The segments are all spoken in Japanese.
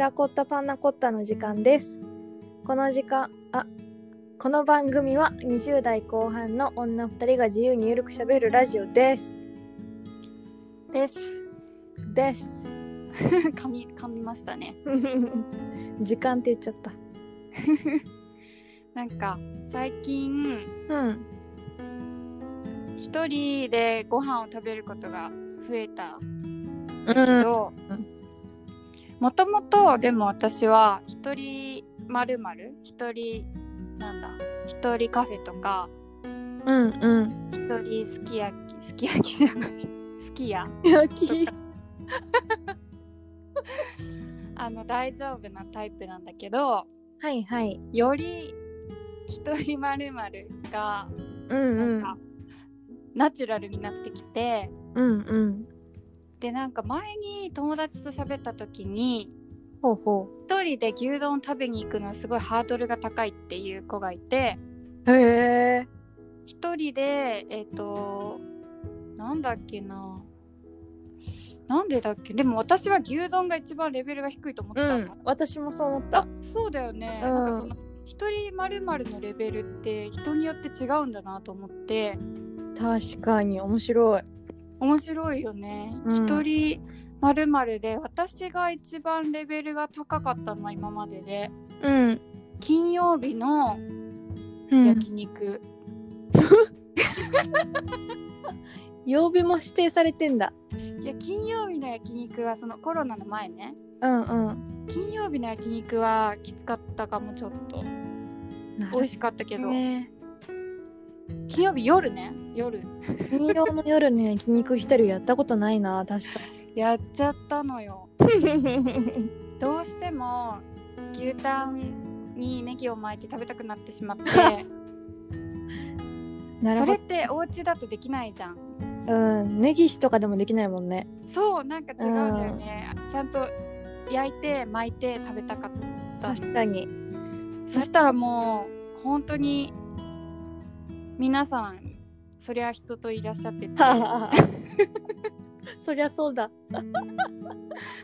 ラコッタパンナコッタの時間です。この時間、あ、この番組は20代後半の女2人が自由にゆるくしゃべるラジオです。です。 です。 噛み噛みましたね。時間って言っちゃった。なんか最近うん。一人でご飯を食べることが増えたうけん。どうん、もともとでも私は一人まるまる一人なんだ一人カフェとかうんうん。一人すき焼きすき焼きじゃない すき家焼きあの大丈夫なタイプなんだけどはいはい。より一人まるまるがうんうなんんか。ナチュラルになってきてうんうん。でなんか前に友達と喋った時にほうほ一人で牛丼食べに行くのはすごいハードルが高いっていう子がいてう。へえ。一人でえっ、となんだっけななんでだっけでも私は牛丼が一番レベルが低いと思ってうたの、ん。私もそう思ったあ。そうだよね、うんなんかその一人まるまるのレベルって人によって違うんだなと思って確かに面白い。面白いよねうん一、人まるまるで私が一番レベルが高かったのは今まででうん。金曜日のうん。焼肉、曜日も指定されてんだ。いや金曜日の焼肉はそのコロナの前ねうんうん。金曜日の焼肉はきつかったかもちょっと美味しかったけど、ね。金曜日夜ね夜金曜の夜の焼肉一人やったことないな確かやっちゃったのよ にどうしても牛タンにネギを巻いて食べたくなってしまってなそるれってお家だとできないじゃんほどうん根岸とかでもできないもんねそうなんか違うんだよね、ちゃんと焼いて巻いて食べたかった確かにそしたらもう本当に皆さんそりゃ人といらっしゃ ってて そりゃそうだ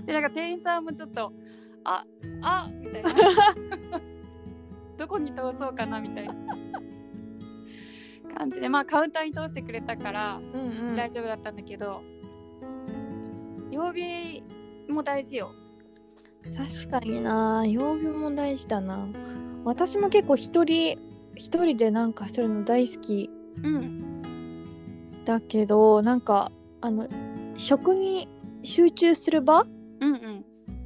でなんか店員さんもちょっと「ああみたいなどこに通そうかなみたいな感じでまあカウンターに通してくれたからうんうん大丈夫だったんだけど、曜日も大事よ。確かにな曜日も大事だな私も結構一人一人でなんかするの大好きうん、だけどなんかあの食に集中する場うんうん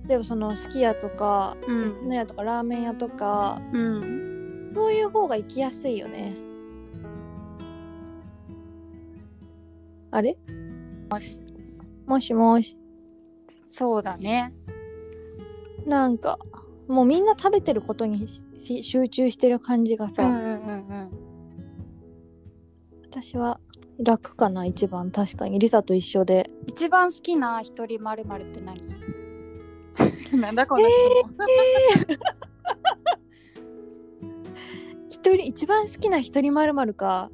例えばそのすき家とかう焼きのん屋とかラーメン屋とかうんそういう方が行きやすいよね。あれもしもし。そうだね。なんか、もうみんな食べてることにしし集中してる感じがさ、うんうんうん私は楽かな、一番。確かに。リサと一緒で。一番好きな一人まるまるって何 なんだこの質問一人、一番好きな一人まるまるか。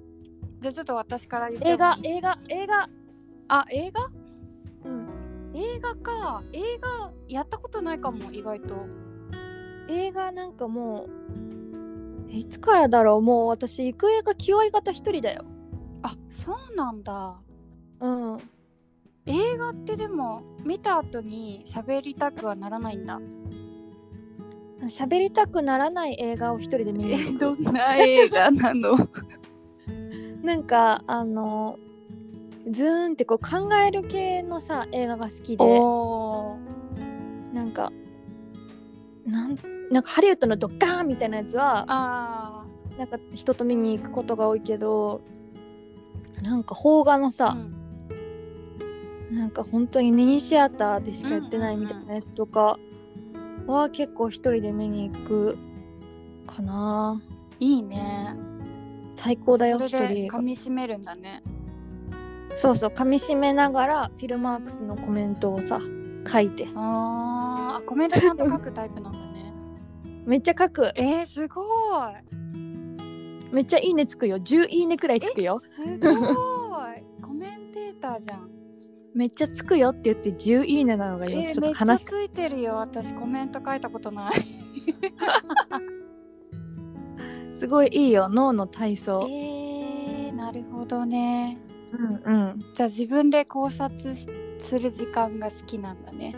じゃあちょっと私から言ってもいい映画、映画、映画。あ映画うん。映画か映画やったことないかも意外と映画なんかもう、えいつからだろうもう私、行く映画、気合い方一人だよ。あそうなんだうん。映画ってでも見た後に喋りたくはならない んだ喋りたくならない映画を一人で見に 行く。どんな映画なの なんかあのズーンってこう考える系のさ映画が好きでおーなんかなんなんかハリウッドのドッカーンみたいなやつはあなんか人と見に行くことが多いけどなんか邦画のーさ、うんなんか本当にミニシアターでしかやってないみたいなやつとかは結構一人で見に行くかないいね最高だそよれ一で人噛み締めるんだねそうそう噛みしめながらフィルマークスのコメントをさ書いてあーあコメントちゃんと書くタイプなんだねめっちゃ書くえー、すごいめっちゃいいねつくよ10いいねくらいつくよすごいコメンテーターじゃんめっちゃつくよって言って10いいねなのがえ今ちょっー、めとっちゃ話しついてるよ私コメント書いたことないすごいいいよ脳の体え操ー、なるほどねうんうんじゃあ自分で考察しする時間が好きなんだね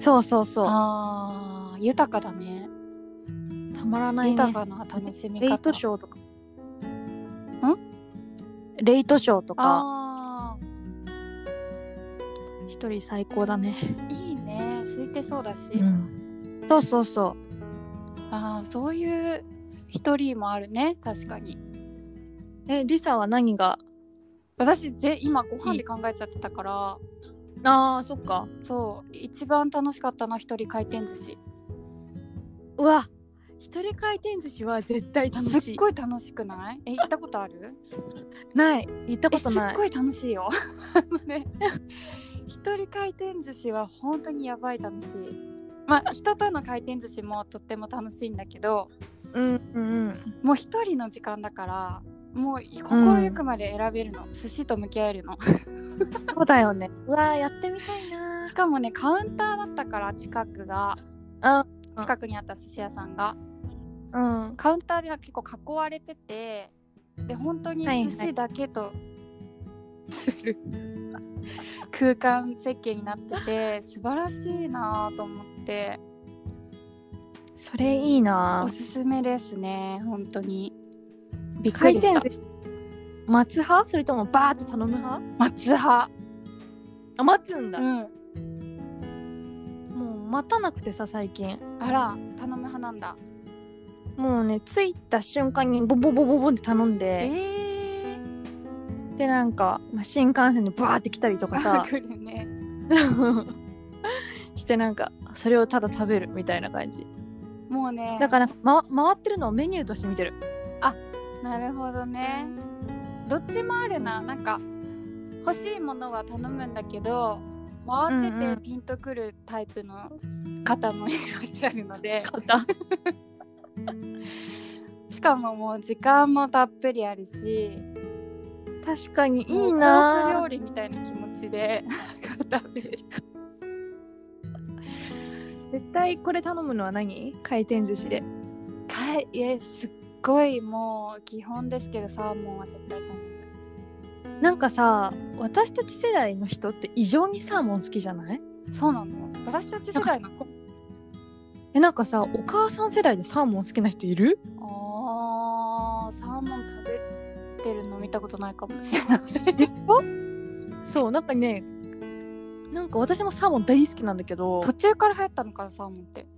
そうそうそうあー豊かだねたまらないね豊かな楽しみレイ方トショーとかレイトショーとかあ一人最高だねーいいね空いてそうだし、うんそうそうそああそういう一人もあるね確かにうえリサは何が私ぜ今ご飯で考えちゃってたからあーそっかそう一番楽しかったのは一人回転寿司うわ一人回転寿司は絶対楽すしっいごい楽しくないえ行ったことあ るない行ったえこすとっないごい楽しいよ あのね一人回転寿司は本当にやばい楽しいまあ人との回転寿司もとっても楽しいんだけどうんうんもう一人の時間だからもう心ゆくまで選べるの、寿司と向き合えるの そうだよねうわーやってみたいなしかもねカウンターだったから近くがあ近くにあった寿司屋さんがうんカウンターでは結構囲われててで本当にはいはい寿司だけとする空間設計になってて素晴らしいなぁと思ってそれいいなおすすめですね本当にびっく回りし転た寿司待つ派それともバーって頼む派松派あ待つんだ、うんもう待たなくてさ最近あら頼む派なんだもうね着いた瞬間にボボボボボンって頼んえでー、でなんか、まあ、新幹線でバーって来たりとか あさ 来るね してなんかそれをただ食べるみたいな感じもうねだから、ま、回ってるのをメニューとして見てるなるほどねどっちもあるななんか欲しいものは頼むんだけど回っうんうてんてピンとくるタイプの方もいらっしゃるので、方しかももう時間もたっぷりあるし 確かにいもいうコースな料理みたいな気持ちで 食べる絶対これ頼むのは何回転寿司でかいえすっごいもう基本ですけどサーモンは絶対頼むなんかさ私たち世代の人って異常にサーモン好きじゃないそうなの私たち世代のえなんかさお母さん世代でサーモン好きな人いるあーサーモン食べてるの見たことないかもしれないそうなんかねなんか私もサーモン大好きなんだけど途中から流行ったのかなサーモンって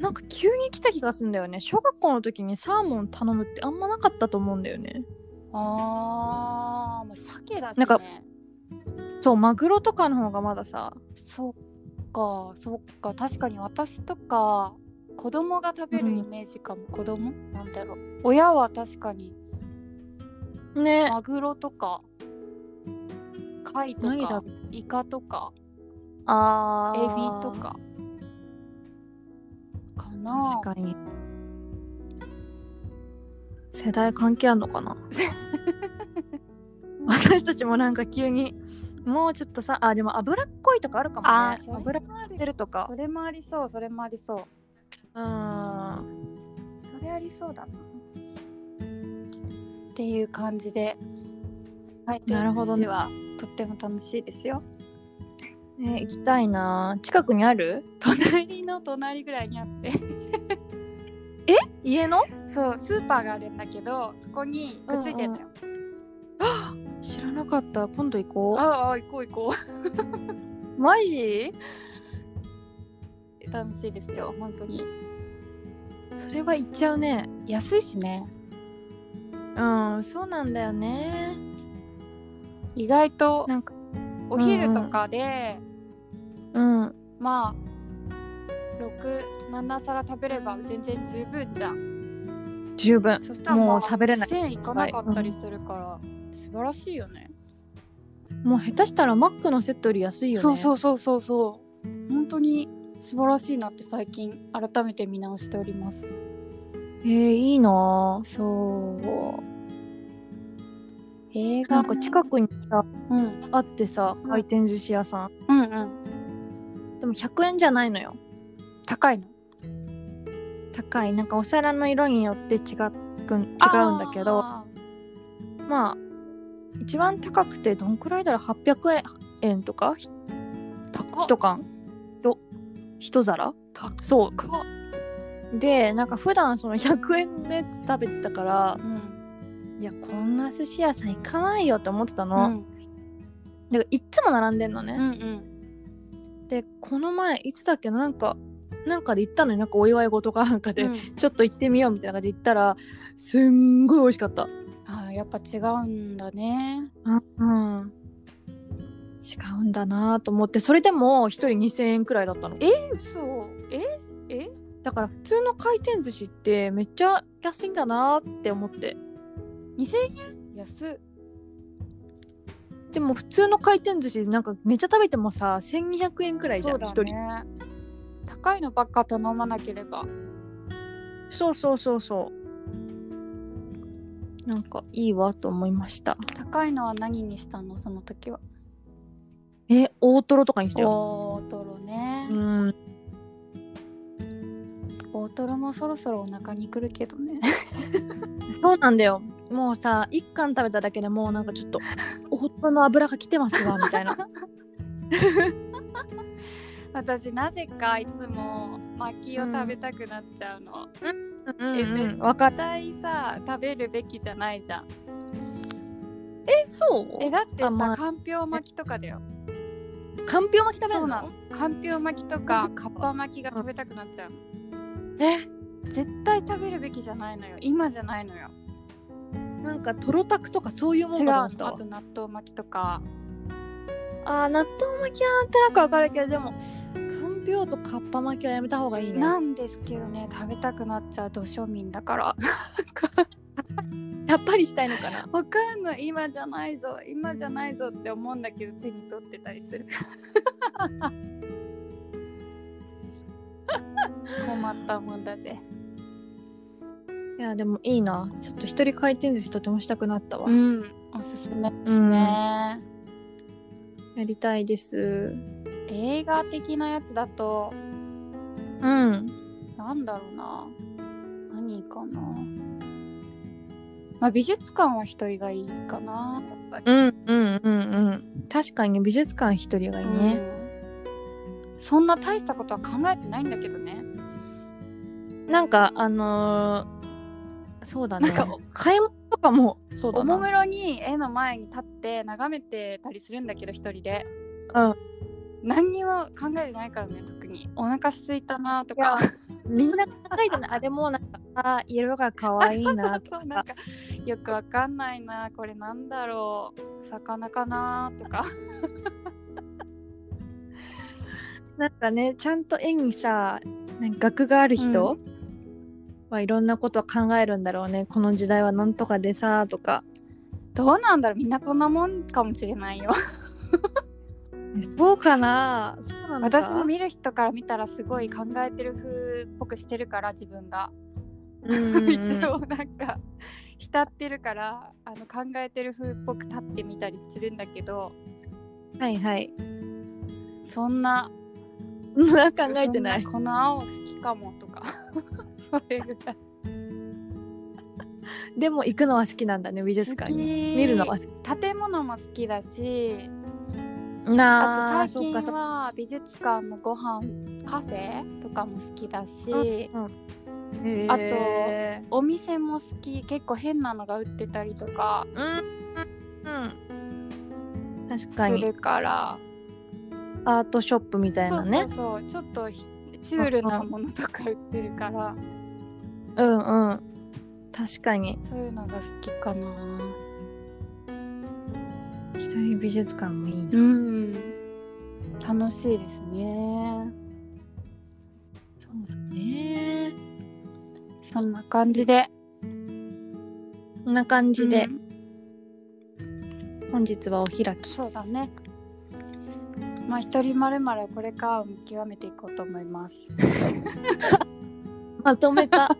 なんか急に来た気がするんだよね小学校の時にサーモン頼むってあんまなかったと思うんだよねあー、まあ鮭だしねなんかそうマグロとかの方がまださそっかそっか確かに私とか子供が食べるイメージかも、子供なんだろう親は確かにねマグロとか貝と何だかイカとかあエビとかかな確かに世代関係あんのか な私たちもなんか急にもうちょっとさあでも脂っこいとかあるかあーもそねれ脂っもあるてるとかそれもありそうそれもありそううーんそれありそうだな。っていう感じで、はい、なるほどね私はとっても楽しいですよ。えー行きたいな近くにある隣の隣ぐらいにあって、家のそうスーパーがあるんだけど、そこにくっついてるのよ。知らなかった今度行こああ行こう行こうマジう。楽しいですよ本当に。それは行っちゃうね安いしね。うんそうなんだよね意外となんかお昼とかで、うんまあ六七皿食べれば全然十分じゃん。十分そしたらもまうあ食べれない1000いかなかったりするから、素晴らしいよね。もう下手したらマックのセットより安いよねそうそううそうそうそう本当に素晴らしいなって最近改めて見直しておりますえー、いいなそうえ映画なんか近くにさうんあってさ回転寿司屋さんうんうんでも100円じゃないのよ高いの高いなんかお皿の色によって違くん違うんだけどあまあ一番高くてどんくらいだろう800円円とかひー高っ一缶ろ一皿高っそ高っうでなんか普段その100円のやつ食べてたからうんいやこんな寿司屋さん行かないよって思ってたうの、んだからいっつも並んでんのね、うんうんでこの前いつだっけななんかなんかで行ったのになんかお祝い事かなんかで、うんちょっと行ってみようみたいな感じで行ったらすんごい美味しかったあーやっぱ違うんだねうん違うんだなと思ってそれでも1人2000円くらいだったのそうええだから普通の回転寿司ってめっちゃ安いんだなって思って2000円安っでも普通の回転寿司なんかめっちゃ食べてもさ1200円くらいじゃん、1人ね高いのばっか頼まなければそうそうそうそうなんかいいわと思いました高いのは何にしたのその時はえ大トロとかにしたよ大トロね、うん大トロもそろそろお腹にくるけ どねそうなんだよ。もうさ、一貫食べただけでもうなんかちょっ と、夫の油が来てますわ、みたいな。私なぜかいつも薪を食べたくなっちゃうの、 うんうんわかる。絶対さ食べるべきじゃないじゃんえ、そうえだってあさ、まあかんぴょう巻きとかだよかんぴょう巻き食べるのそうなのかんぴょう巻きとかかっぱ巻きが食べたくなっちゃうのえ、絶対食べるべきじゃないのよ今じゃないのよなんかとろたくとかそういうも違うんだと思のってたあわと。納豆巻きとかあー納豆巻きはなんとなくわかるけど、でも、かんぴょうとかっぱ巻きはやめた方がいいね。なんですけどね食べたくなっちゃうど庶民だからやっぱりしたいのかな。わかんない今じゃないぞ今じゃないぞって思うんだけど手に取ってたりする困ったもんだぜいや、でもいいな。ちょっと一人回転寿司とてもしたくなったわ。うんおすすめですね、やりたいです。映画的なやつだとうん。なんだろうな何かなまあ美術館は一人がいいかなやっぱりうんうんうんうん。確かに美術館一人がいいね。うんそんな大したことは考えてないんだけどねなんかあのーそうだねなんかお買い物とかもそうだおもなむろに絵の前に立って眺めてたりするんだけど一人でうん何にも考えてないからね特にお腹空いたなとか みんな考えてないあでもなんかあ色が可愛いなとかそうなんさかよくわかんないなこれなんだろう魚かな とかなんかねちゃんと絵にさなんか学がある人はいろんなことを考えるんだろうねこの時代はなんとかでさとかどうなんだろうみんなこんなもんかもしれないよそうかなそうなのか私も見る人から見たらすごい考えてる風っぽくしてるから自分がうんうんうん一応なんか浸ってるからあの考えてる風っぽく立ってみたりするんだけどはいはいそんな そんな考えてないそんこの青好きかもとか それぐらいでも行くのは好きなんだね美術館に見見るのは好き建物も好きだしなああとそ最う近かそうかは美術館のご飯カフェとかも好きだしあとへーお店も好き結構変なのが売ってたりとかうん、確すかにるからアートショップみたいそうなそねうそうちょっとひチュールなものとか売ってるからうんうん確かにそういうのが好きかな一人美術館もいいなうん楽しいですねそうだねそんな感じでこんな感じでう、ん本日はお開きそうだねまあ一人まるまるこれからも極めていこうと思い ますまとめた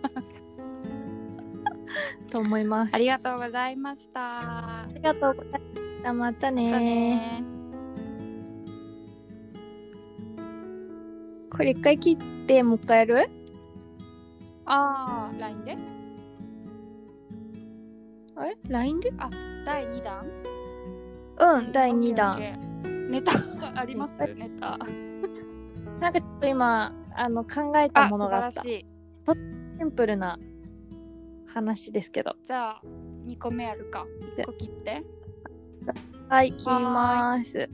と思います。ありがう。とうございましたあ。りがとうございました。またまたねねこれ一回切って、もう一回やるああ、LINE であれ ?LINE で第2弾うん、第2弾。。ネタありますネタ。なんかちょっと今、あの、考えたあ、も素の晴があらった。しシい。ンプルな話ですけど。じゃあ、2個目やるか。1個切って。はい、切ります。